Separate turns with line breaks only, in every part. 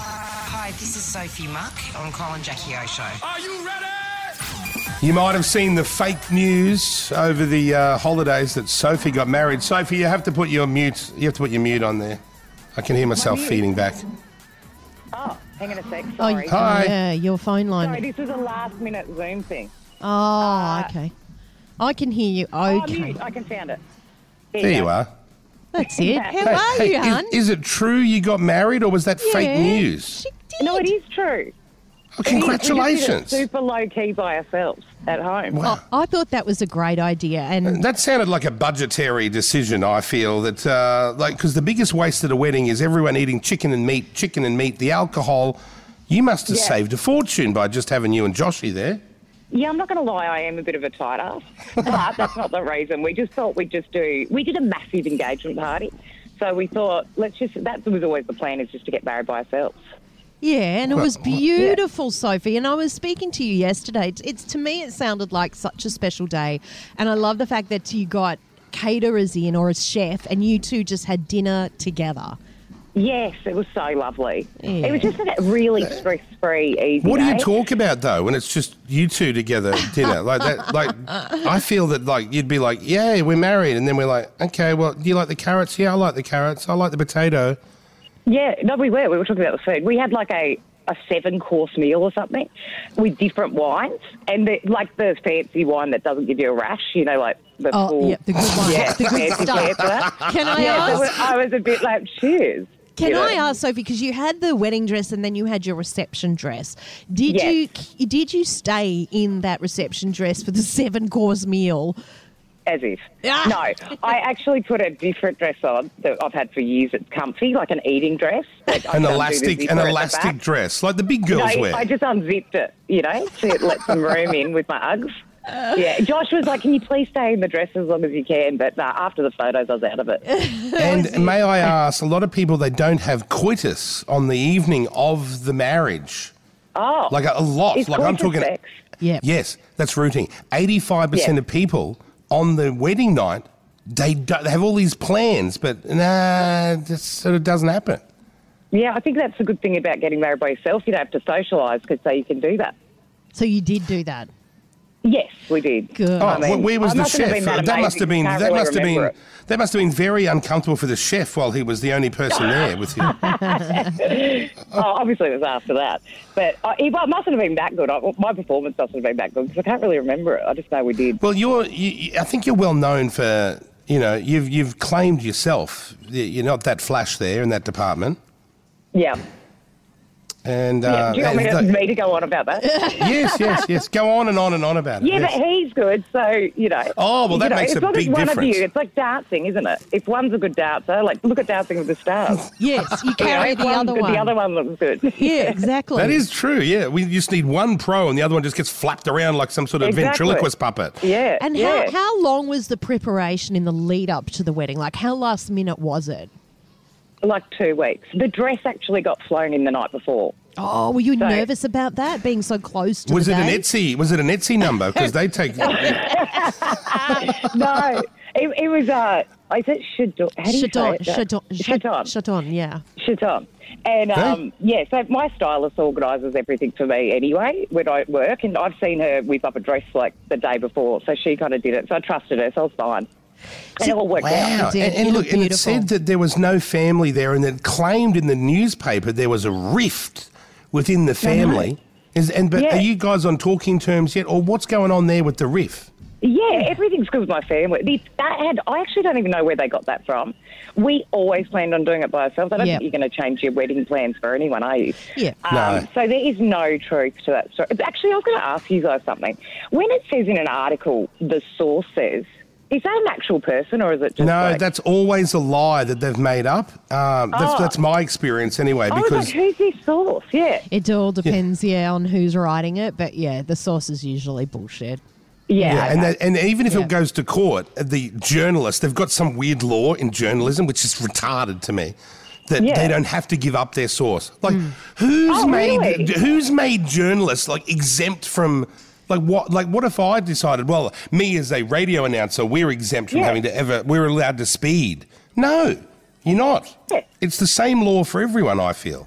Hi, this is Sophie Muck on Colin Jackie O Show.
Are you ready?
You might have seen the fake news over the uh, holidays that Sophie got married. Sophie, you have to put your mute. You have to put your mute on there. I can hear myself
mute?
feeding back.
Oh, hang on a sec.
Oh,
Sorry.
Hi.
yeah, your phone
Sorry,
line.
this is a last minute Zoom thing.
Oh, okay. I can hear you.
Oh,
Okay,
mute. I can sound it.
There
go.
you are.
that's it. How are
hey,
you,
is,
hun?
is it true you got married, or was that fake
Yeah,
news?
She did.
No, it is true.
Oh,
We- we just did it
congratulations!
super low key by ourselves at home.
Wow.
I thought that was a great idea, and
Uh, That sounded like a budgetary decision. I feel that, uh, like, because the biggest waste at a wedding is everyone eating chicken and meat, chicken and meat, the alcohol. You must have
Yeah.
saved a fortune by just having you and Joshy there.
Yeah, I'm not going to lie, I am a bit of a tight ass, but that's not the reason. We just thought we'd just do. We did a massive engagement party, so we thought let's just. That was always the plan, is just to get married by ourselves.
yeah, and it was beautiful, Sophie. And I was speaking to you yesterday. It's, it's to me, it sounded like such a special day, and I love the fact that you got caterers in or a chef, and you two just had dinner together.
Yes, it was so lovely.
Yeah.
It was just a really stress free, easy.
What do you
day.
talk about though when it's just you two together at dinner like that? Like I feel that like you'd be like, "Yeah, we're married," and then we're like, "Okay, well, do you like the carrots? Yeah, I like the carrots. I like the potato."
Yeah, no, we were. We were talking about the food. We had like a, a seven course meal or something with different wines, and the, like the fancy wine that doesn't give you a rash, you know, like the
Oh,
full.
yeah, the good one.
Yeah,
The good
fancy
stuff.
fancy that.
Can I
yeah, so
ask?
we- I was a bit like, cheers.
Can
you know?
I ask Sophie? Because you had the wedding dress and then you had your reception dress. Did
Yes.
you did you stay in that reception dress for the seven course meal?
As if.
Ah.
No, I actually put a different dress on that I've had for years. It's comfy, like an eating dress. Like, I
An
don't do the
elastic,
zipper
an
at the
elastic
back.
dress like the big girls
No,
wear.
I just unzipped it, you know, to let some room in with my Uggs. Yeah, Josh was like, "Can you please stay in the dress as long as you can?" But nah, after the photos, I was out of it.
and may I ask, a lot of people they don't have coitus on the evening of the marriage.
Oh,
Like a, a lot.
it's
like I'm
gorgeous
talking.
sex.
Yeah.
Yes, that's rooting. Eighty-five percent
Yeah.
of people on the wedding night they, do, they have all these plans, but nah, it just sort of doesn't happen.
Yeah, I think that's the good thing about getting married by yourself. You don't have to socialise because so you can do that.
So you did do that.
Yes, we did.
Good.
Oh,
I mean,
wh- where was
I
the
mustn't have
chef?
been
That,
amazing.
must have been.
Can't
That
really
must have been.
remember it.
That must have been very uncomfortable for the chef while he was the only person there with him.
Oh, obviously, it was after that. But uh, it mustn't have been that good. I, my performance mustn't have been that good because I can't really remember it. I just know we did.
Well, you're. You, you- I think you're well known for. You know, you've you've claimed yourself. Y- You're not that flash there in that department.
Yeah.
And
yeah.
uh,
Do you want me to,
and-
me to go on about that?
yes, yes, yes. Go on and on and on about it.
Yeah,
yes.
but he's good, so you know.
Oh, well, that
you know,
makes
it's
a
not just
big
one
difference.
Of you. It's like dancing, isn't it? If one's a good dancer, like look at Dancing with the Stars.
Yes, you
You know,
carry
if
the
one's
other
good,
one.
The other one looks good.
Yeah, exactly.
That is true. Yeah, we just need one pro, and the other one just gets flapped around like some sort of
Exactly.
ventriloquist puppet.
Yeah.
And
yeah.
how, how long was the preparation in the lead up to the wedding? Like how last minute was it?
Like two weeks. The dress actually got flown in the night before.
Oh, were you
So-
nervous about that being so close to
Was
the
it an
day?
Etsy? Was it an Etsy number? Because they take.
no, it, it was. Uh, is it Shadon? How do you
Shut
say
on,
it?
shut on, shut on,
Shadon.
shut on, yeah.
Shit on. And um, yeah, so my stylist organises everything for me anyway when I work, and I've seen her whip up a dress like the day before, so she kind of did it. So I trusted her, so I was fine, and it all worked
Wow.
out.
did.
And,
It
and look,
looked
and it
beautiful.
said that there was no family there, and it claimed in the newspaper there was a rift within the family. Is, and but
Yeah.
are you guys on talking terms yet, or what's going on there with the rift?
Yeah, everything's good with my family. The- That had, I actually don't even know where they got that from. We always planned on doing it by ourselves. I don't
Yeah.
think you're going to change your wedding plans for anyone, are you?
Yeah.
Um,
No.
So there is no truth to that story. But Actually, I was going to ask you guys something. When it says in an article, the source says, is that an actual person or is it just
No,
like-
that's always a lie that they've made up. Um, that's,
Oh.
that's my experience anyway.
I was
Because
like, who's this source? Yeah.
It all depends, yeah. on who's writing it, but yeah, the source is usually bullshit.
Yeah.
Yeah, and,
okay.
that, and even if
Yeah.
it goes to court, the journalists, they've got some weird law in journalism, which is retarded to me, that
Yeah.
they don't have to give up their source. Like, who's
Oh,
made
really?
who's made journalists like exempt from like what like what if I decided, well, me as a radio announcer, we're exempt from
Yeah.
having to ever we're allowed to speed. No, you're not.
Yeah.
It's the same law for everyone, I feel.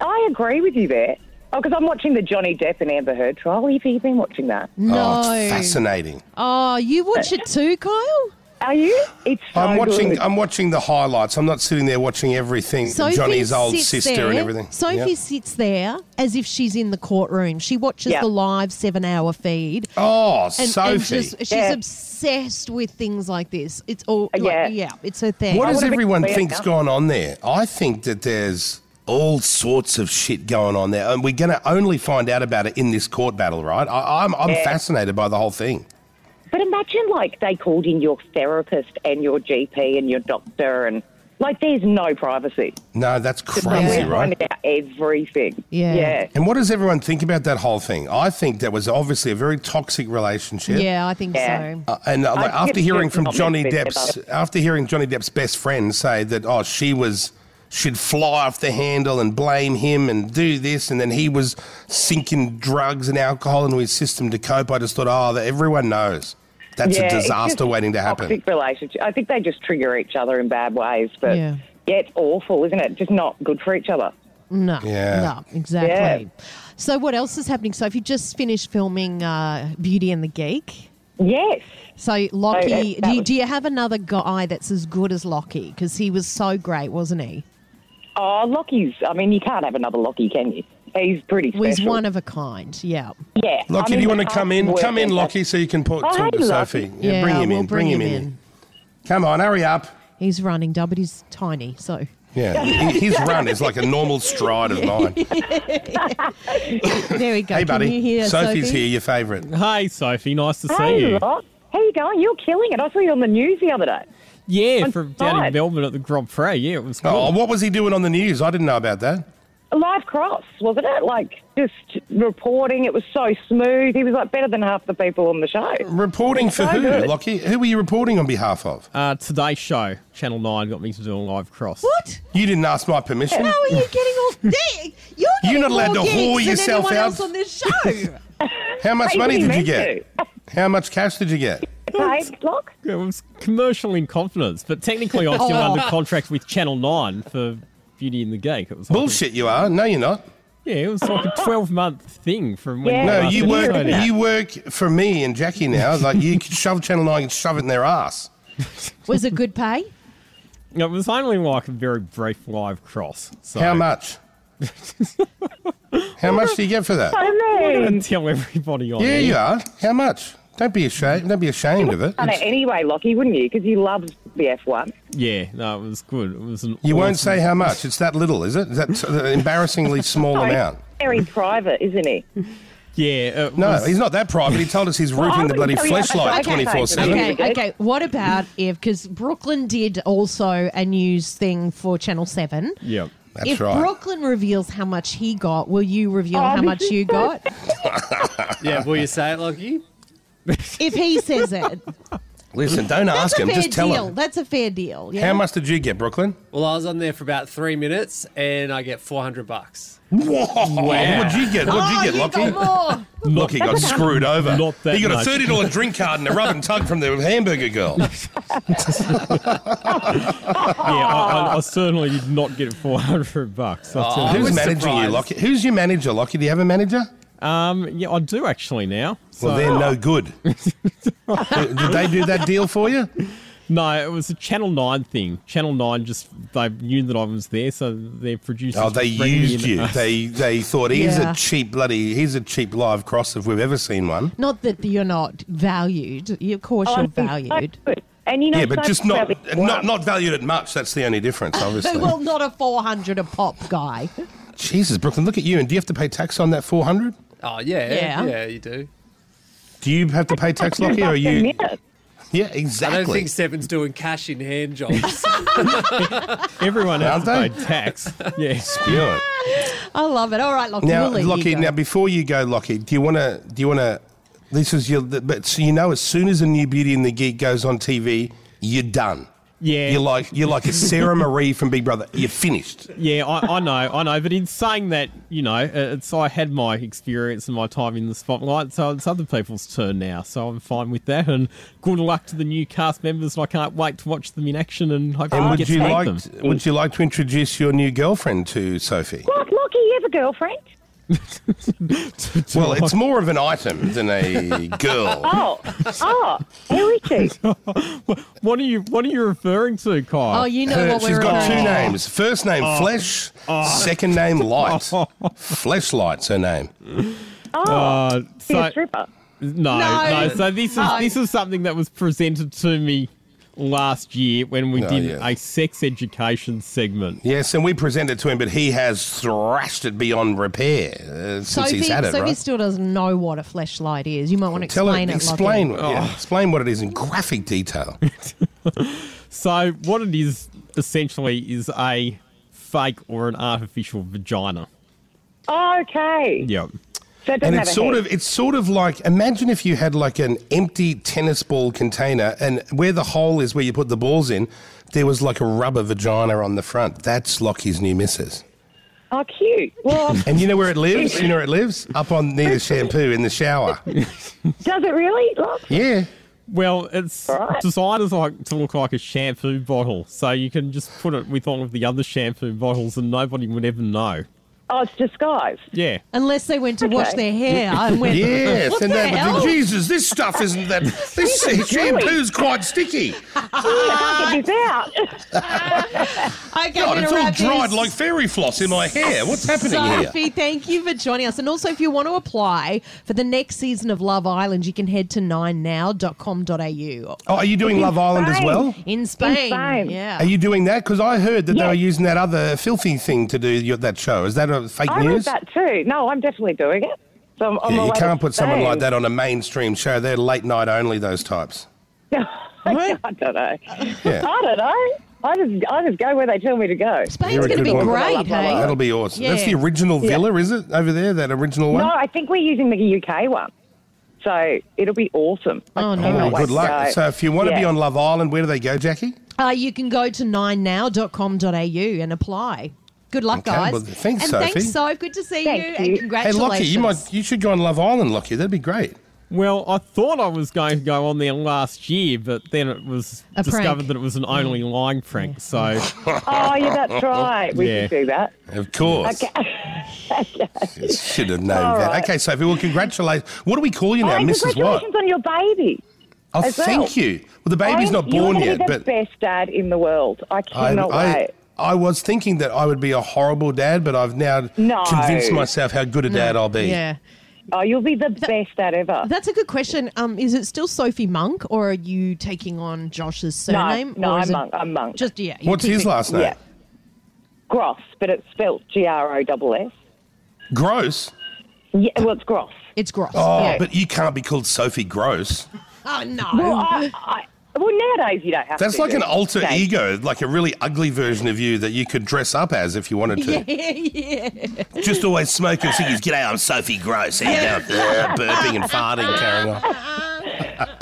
I agree with you there. Oh, because I'm watching the Johnny Depp and Amber Heard trial. Have you been watching that?
No.
Oh, it's fascinating.
Oh, you watch it too, Kyle?
Are you? It's so
I'm watching. um,
good.
I'm watching the highlights. I'm not sitting there watching everything.
Sophie
Johnny's old
sits
sister
there,
and everything.
Sophie
Yeah.
sits there as if she's in the courtroom. She watches
Yeah.
the live seven hour feed.
Oh,
And,
Sophie.
and just, she's
Yeah. Uh,
obsessed with things like this. It's all, like, yeah.
Yeah.
it's her thing.
What does
would've been
everyone
clear
think's
now.
gone on there? I think that there's all sorts of shit going on there, and we're going to only find out about it in this court battle, right? I, I'm, I'm
Yeah.
fascinated by the whole thing.
But imagine, like, they called in your therapist and your GP and your doctor, and like, there's no privacy.
No, that's
We're
crazy, right?
finding out everything.
Yeah.
Yeah.
And what does everyone think about that whole thing? I think that was obviously a very toxic relationship.
yeah, I think
Yeah.
so.
Uh, and uh, like,
think
after
it's
hearing
just
from
not
Johnny
meant to be
Depp's, after hearing Johnny Depp's best friend say that, oh, she was, she'd fly off the handle and blame him and do this, and then he was sinking drugs and alcohol into his system to cope. I just thought, oh, that everyone knows that's
Yeah,
a
it's
disaster
just
waiting to happen.
Toxic relationship. I think they just trigger each other in bad ways, but
Yeah.
yeah. it's awful, isn't it? Just not good for each other.
No,
Yeah.
no, exactly. So, what else is happening? So, if you just finished filming uh, Beauty and the Geek,
Yes.
so Lockie,
Oh, that- that
do, you,
was-
do you have another guy that's as good as Lockie? Because he was so great, wasn't he?
Oh, Lockie's. I mean, you can't have another Lockie, can you? He's pretty special.
Well, he's one of a kind. Yeah.
yeah. I
Lockie,
mean,
do you want
the
to come in?
cast
Come in,
work-
Lockie, so you can put,
Oh,
talk
hey,
to
Lockie.
Sophie. Yeah, bring him
we'll
in. Bring, him, in. Come on, hurry up.
He's running, Dub, but he's tiny. So
Yeah, he- his run is like a normal stride of mine.
there
Hey,
we go. Can you
buddy,
hear
Sophie's
Sophie?
here, your favourite.
Hi, Sophie. Nice to see
Hey,
you.
Lock. How you going? You're killing it. I saw you on the news the other day.
Yeah,
I'm
from down
fine.
in Melbourne at the Grand Prix. Yeah, it was cool.
Oh, what was he doing on the news? I didn't know about that.
Live cross, wasn't it? Like just reporting. It was so smooth. He was like better than half the people on the show.
Reporting for
So
who,
good.
Lockie? Who were you reporting on behalf of?
uh, today's show, Channel 9 got me to do a live cross.
What?
You didn't ask my permission.
How are you getting off? There? You're, getting
not allowed
more
to whore
gigs than
yourself
anyone
out.
Else on this show.
How much
Hey,
money
he
did you
meant
get? How much cash did you get?
Hey, Lock.
It was commercial in confidence, but technically I'm still under
Oh.
contract with Channel 9 for Beauty and the Geek. It was like a-
Bullshit, you are. No, you're not.
yeah, it was like a 12 month thing from when
Yeah.
we
No,
last
you
did the
work.
show now.
You work for me and Jackie now. Like you could shove Channel Nine and shove it in their ass.
Was it good pay?
It was only like a very brief live cross. So
How much? How much do you get for that?
I mean,
And tell everybody on
Yeah,
air.
you are. How much? Don't be ashamed. Don't be ashamed of it.
done it anyway, Lockie, wouldn't you? Because you loves the F1.
Yeah, no, it was good. It was an
You won't
awesome-
say how much. It's that little, is it? Is that an embarrassingly small amount?
Very private, isn't he?
Yeah, it
No,
was-
he's not that private. He told us he's rooting the
I
bloody
wouldn't tell you
fleshlight
that.
twenty four seven.
Okay,
Really good.
okay. What about if, because Brooklyn did also a news thing for Channel 7.
Yeah.
That's
if
right.
Brooklyn reveals how much he got, will you reveal how
Oh, this
much
is
you
so-
got?
Yeah, will you say it, Lockie?
If he says it,
Listen, don't
that's
ask
a
him.
fair
Just tell
deal.
him.
That's a fair deal. Yeah?
How much did you get, Brooklyn?
Well, I was on there for about three minutes and I get 400 bucks.
Whoa! Oh, What'd you get? What'd
Oh,
you get,
you
Lockie?
got more.
Lockie got screwed over.
Not that
he got
much.
a thirty dollar drink card and a rub and tug from the hamburger girl.
Yeah, I, I, I certainly did not get 400 bucks. I'll tell you.
Who's
was
managing you,
surprised.
Lockie? Who's your manager, Lockie? Do you have a manager?
Um, yeah, I do actually now. So,
Well, they're no good. Did did they do that deal for you?
no, it was a Channel 9 thing. Channel 9 just, they knew that I was there, so their producers.
Oh, they
just bring me
used
in.
you. They they thought he's
Yeah.
a cheap bloody he's a cheap live cross if we've ever seen one.
Not that you're not valued. You- Of course, you're
I'm Oh, so
valued.
good. And you know,
Yeah, but
so
just
much
not
about the F1.
not not valued at much. That's the only difference, obviously.
Well, not a 400 a pop guy.
Jesus, Brooklyn, look at you. And do you have to pay tax on that four hundred?
Oh, yeah.
Yeah.
Yeah, you do.
Do you have to pay tax, Lockie, or are you?
Yeah.
Yeah,
I
exactly.
don't think Seven's doing cash in hand jobs.
Everyone has to pay
Aren't they?
tax. Yeah.
Yeah.
I love it. All right, Ah, Lockie.
Now,
we'll let you
Lockie.
go.
Now, before you go, Lockie, do you want to? Do you want to? This is your. But so you know, as soon as a new Beauty and the Geek goes on TV, you're done.
Yeah.
You're like you're like a Sarah Marie from Big Brother. You're finished.
Yeah, I, I know, I know. But in saying that, you know, uh, it's I had my experience and my time in the spotlight, so it's other people's turn now. So I'm fine with that. And good luck to the new cast members. And I can't wait to watch them in action and hopefully
And
get
would
to
you
meet
like?
them.
Would you like to introduce your new girlfriend to Sophie?
Look, look, Lockie, you have a girlfriend?
Well, it's more of an item than a girl.
Oh, oh, who is she?
What are you What are you referring to, Kyle?
Oh, you know
Her-
what
she's
we're Oh.
got two
referring to.
names. First name Flesh, second name Light. Fleshlight's her name.
Oh,
Uh,
she's
so-
a stripper.
No,
No.
no, So this is this is something that was presented to me last year when we
Oh,
did
yeah.
a sex education segment.
Yes, and we present it to him, but he has thrashed it beyond repair uh, since
Sophie,
he's had it,
Sophie
right?
still doesn't know what a fleshlight is. You might want to
Tell
explain
her,
it.
explain,
Lachlan.
what,
Oh.
yeah, explain what it is in graphic detail.
So what it is essentially is a fake or an artificial vagina.
Okay.
Yep.
So it doesn't
and
have
it's
a
sort
head.
of it's sort of like imagine if you had like an empty tennis ball container and where the hole is where you put the balls in, there was like a rubber vagina on the front. That's Lockie's new missus.
Oh, cute. Well,
And you know where it lives? You know where it lives? Up on near the shampoo in the shower.
does it really? Look,
Yeah.
Well, it's
Alright.
designed as like to look like a shampoo bottle, so you can just put it with all of the other shampoo bottles, and nobody would ever know.
oh, it's disguised.
Yeah.
Unless they went to wash
Okay.
their hair and went,
Yes.
what
and
the
that,
hell?
Jesus, this stuff isn't that this shampoo's quite sticky.
I can't get this out.
Okay,
God,
we're
it's
gonna
all
wrap
dried
this.
like fairy floss in my hair. What's happening here?
Sophie, thank you for joining us. And also, if you want to apply for the next season of Love Island, you can head to 9now.com.au.
Oh, are you doing Love Island as well?
In Spain.
Spain.
Yeah.
Are you doing that? Because I heard that they
Yes.
were using that other filthy thing to do your, that show. Is that a fake
I read
news?
that too. No, I'm definitely doing it. So I'm on
Yeah,
my
you
way
can't
to
put someone like
Spain.
that on a mainstream show. They're late night only. Those types.
I don't know.
Yeah.
I don't know. I just, I just go where they tell me to go.
Spain's
You're a
going
good
to be
woman.
great, hey?
That'll be awesome. That's the
Yeah.
original villa, is it over there? That original one.
No, I think we're using the UK one. So it'll be awesome. I cannot
Oh, nice.
Oh,
wait
good
to
luck.
go.
So, if you want to be
Yeah.
on Love Island, where do they go, Jackie?
Uh, you can go to 9now.com.au and apply. Good luck,
Okay,
guys.
well, thanks,
and
Sophie.
thanks, Soph. Good to see
Thank
you,
you.
and
Hey,
congratulations.
Lockie, you might you should go on Love Island, Lockie. That'd be great.
Well, I thought I was going to go on there last year, but then it was
A
discovered
prank. Mm.
that it was an only lying prank. So
Oh, yeah, that's right. We
Yeah.
should do that.
Of course. Should have known
All
that.
right.
Okay, Sophie. Well, congratulate. What do we call you
Oh,
now,
and
Mrs. What?
congratulations on your baby.
Oh,
as well.
thank you. Well, the baby's
I'm-
not born
you're
yet,
gonna be
but
the best dad in the world. I
I,
cannot
I,
wait.
I was thinking that I would be a horrible dad, but I've now
No.
convinced myself how good a dad I'll be.
Yeah.
Oh, you'll be the best dad ever.
That's a good question. Um, is it still Sophie Monk, or are you taking on Josh's surname?
no,
or
I'm
is it
Monk, I'm Monk.
Just yeah. you
What's
keep
his
it-
last name?
Yeah. Gross, but it's spelt G R O double S.
Gross.
Yeah, well, it's gross.
It's Gross.
Oh,
yeah.
but you can't be called Sophie Gross.
oh no.
Well, I, I, well, nowadays you don't have
That's
to.
like
do
an
it.
alter
Okay.
ego, like a really ugly version of you that you could dress up as if you wanted to.
yeah, yeah.
Just always smoking ciggies. G'day, I'm Sophie Gross. How you doing? Uh, burping and farting, carrying on.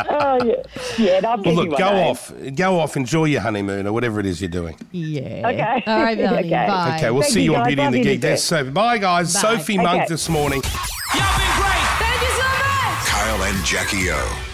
Oh, yeah. Yeah, no, I'm
Well,
keeping
look,
my
go
name.
off, go off, enjoy your honeymoon or whatever it is you're doing.
Yeah.
Okay.
All right, Melanie.
Okay.
Bye.
Okay, we'll
Thank
see
you,
you on
guys.
Beauty and the
Love you
Geek.
to
There's Sophie. Bye, guys.
Bye.
Sophie Monk
Okay.
this morning.
Y'all been great.
Thank you so much.
Kyle and Jackie O.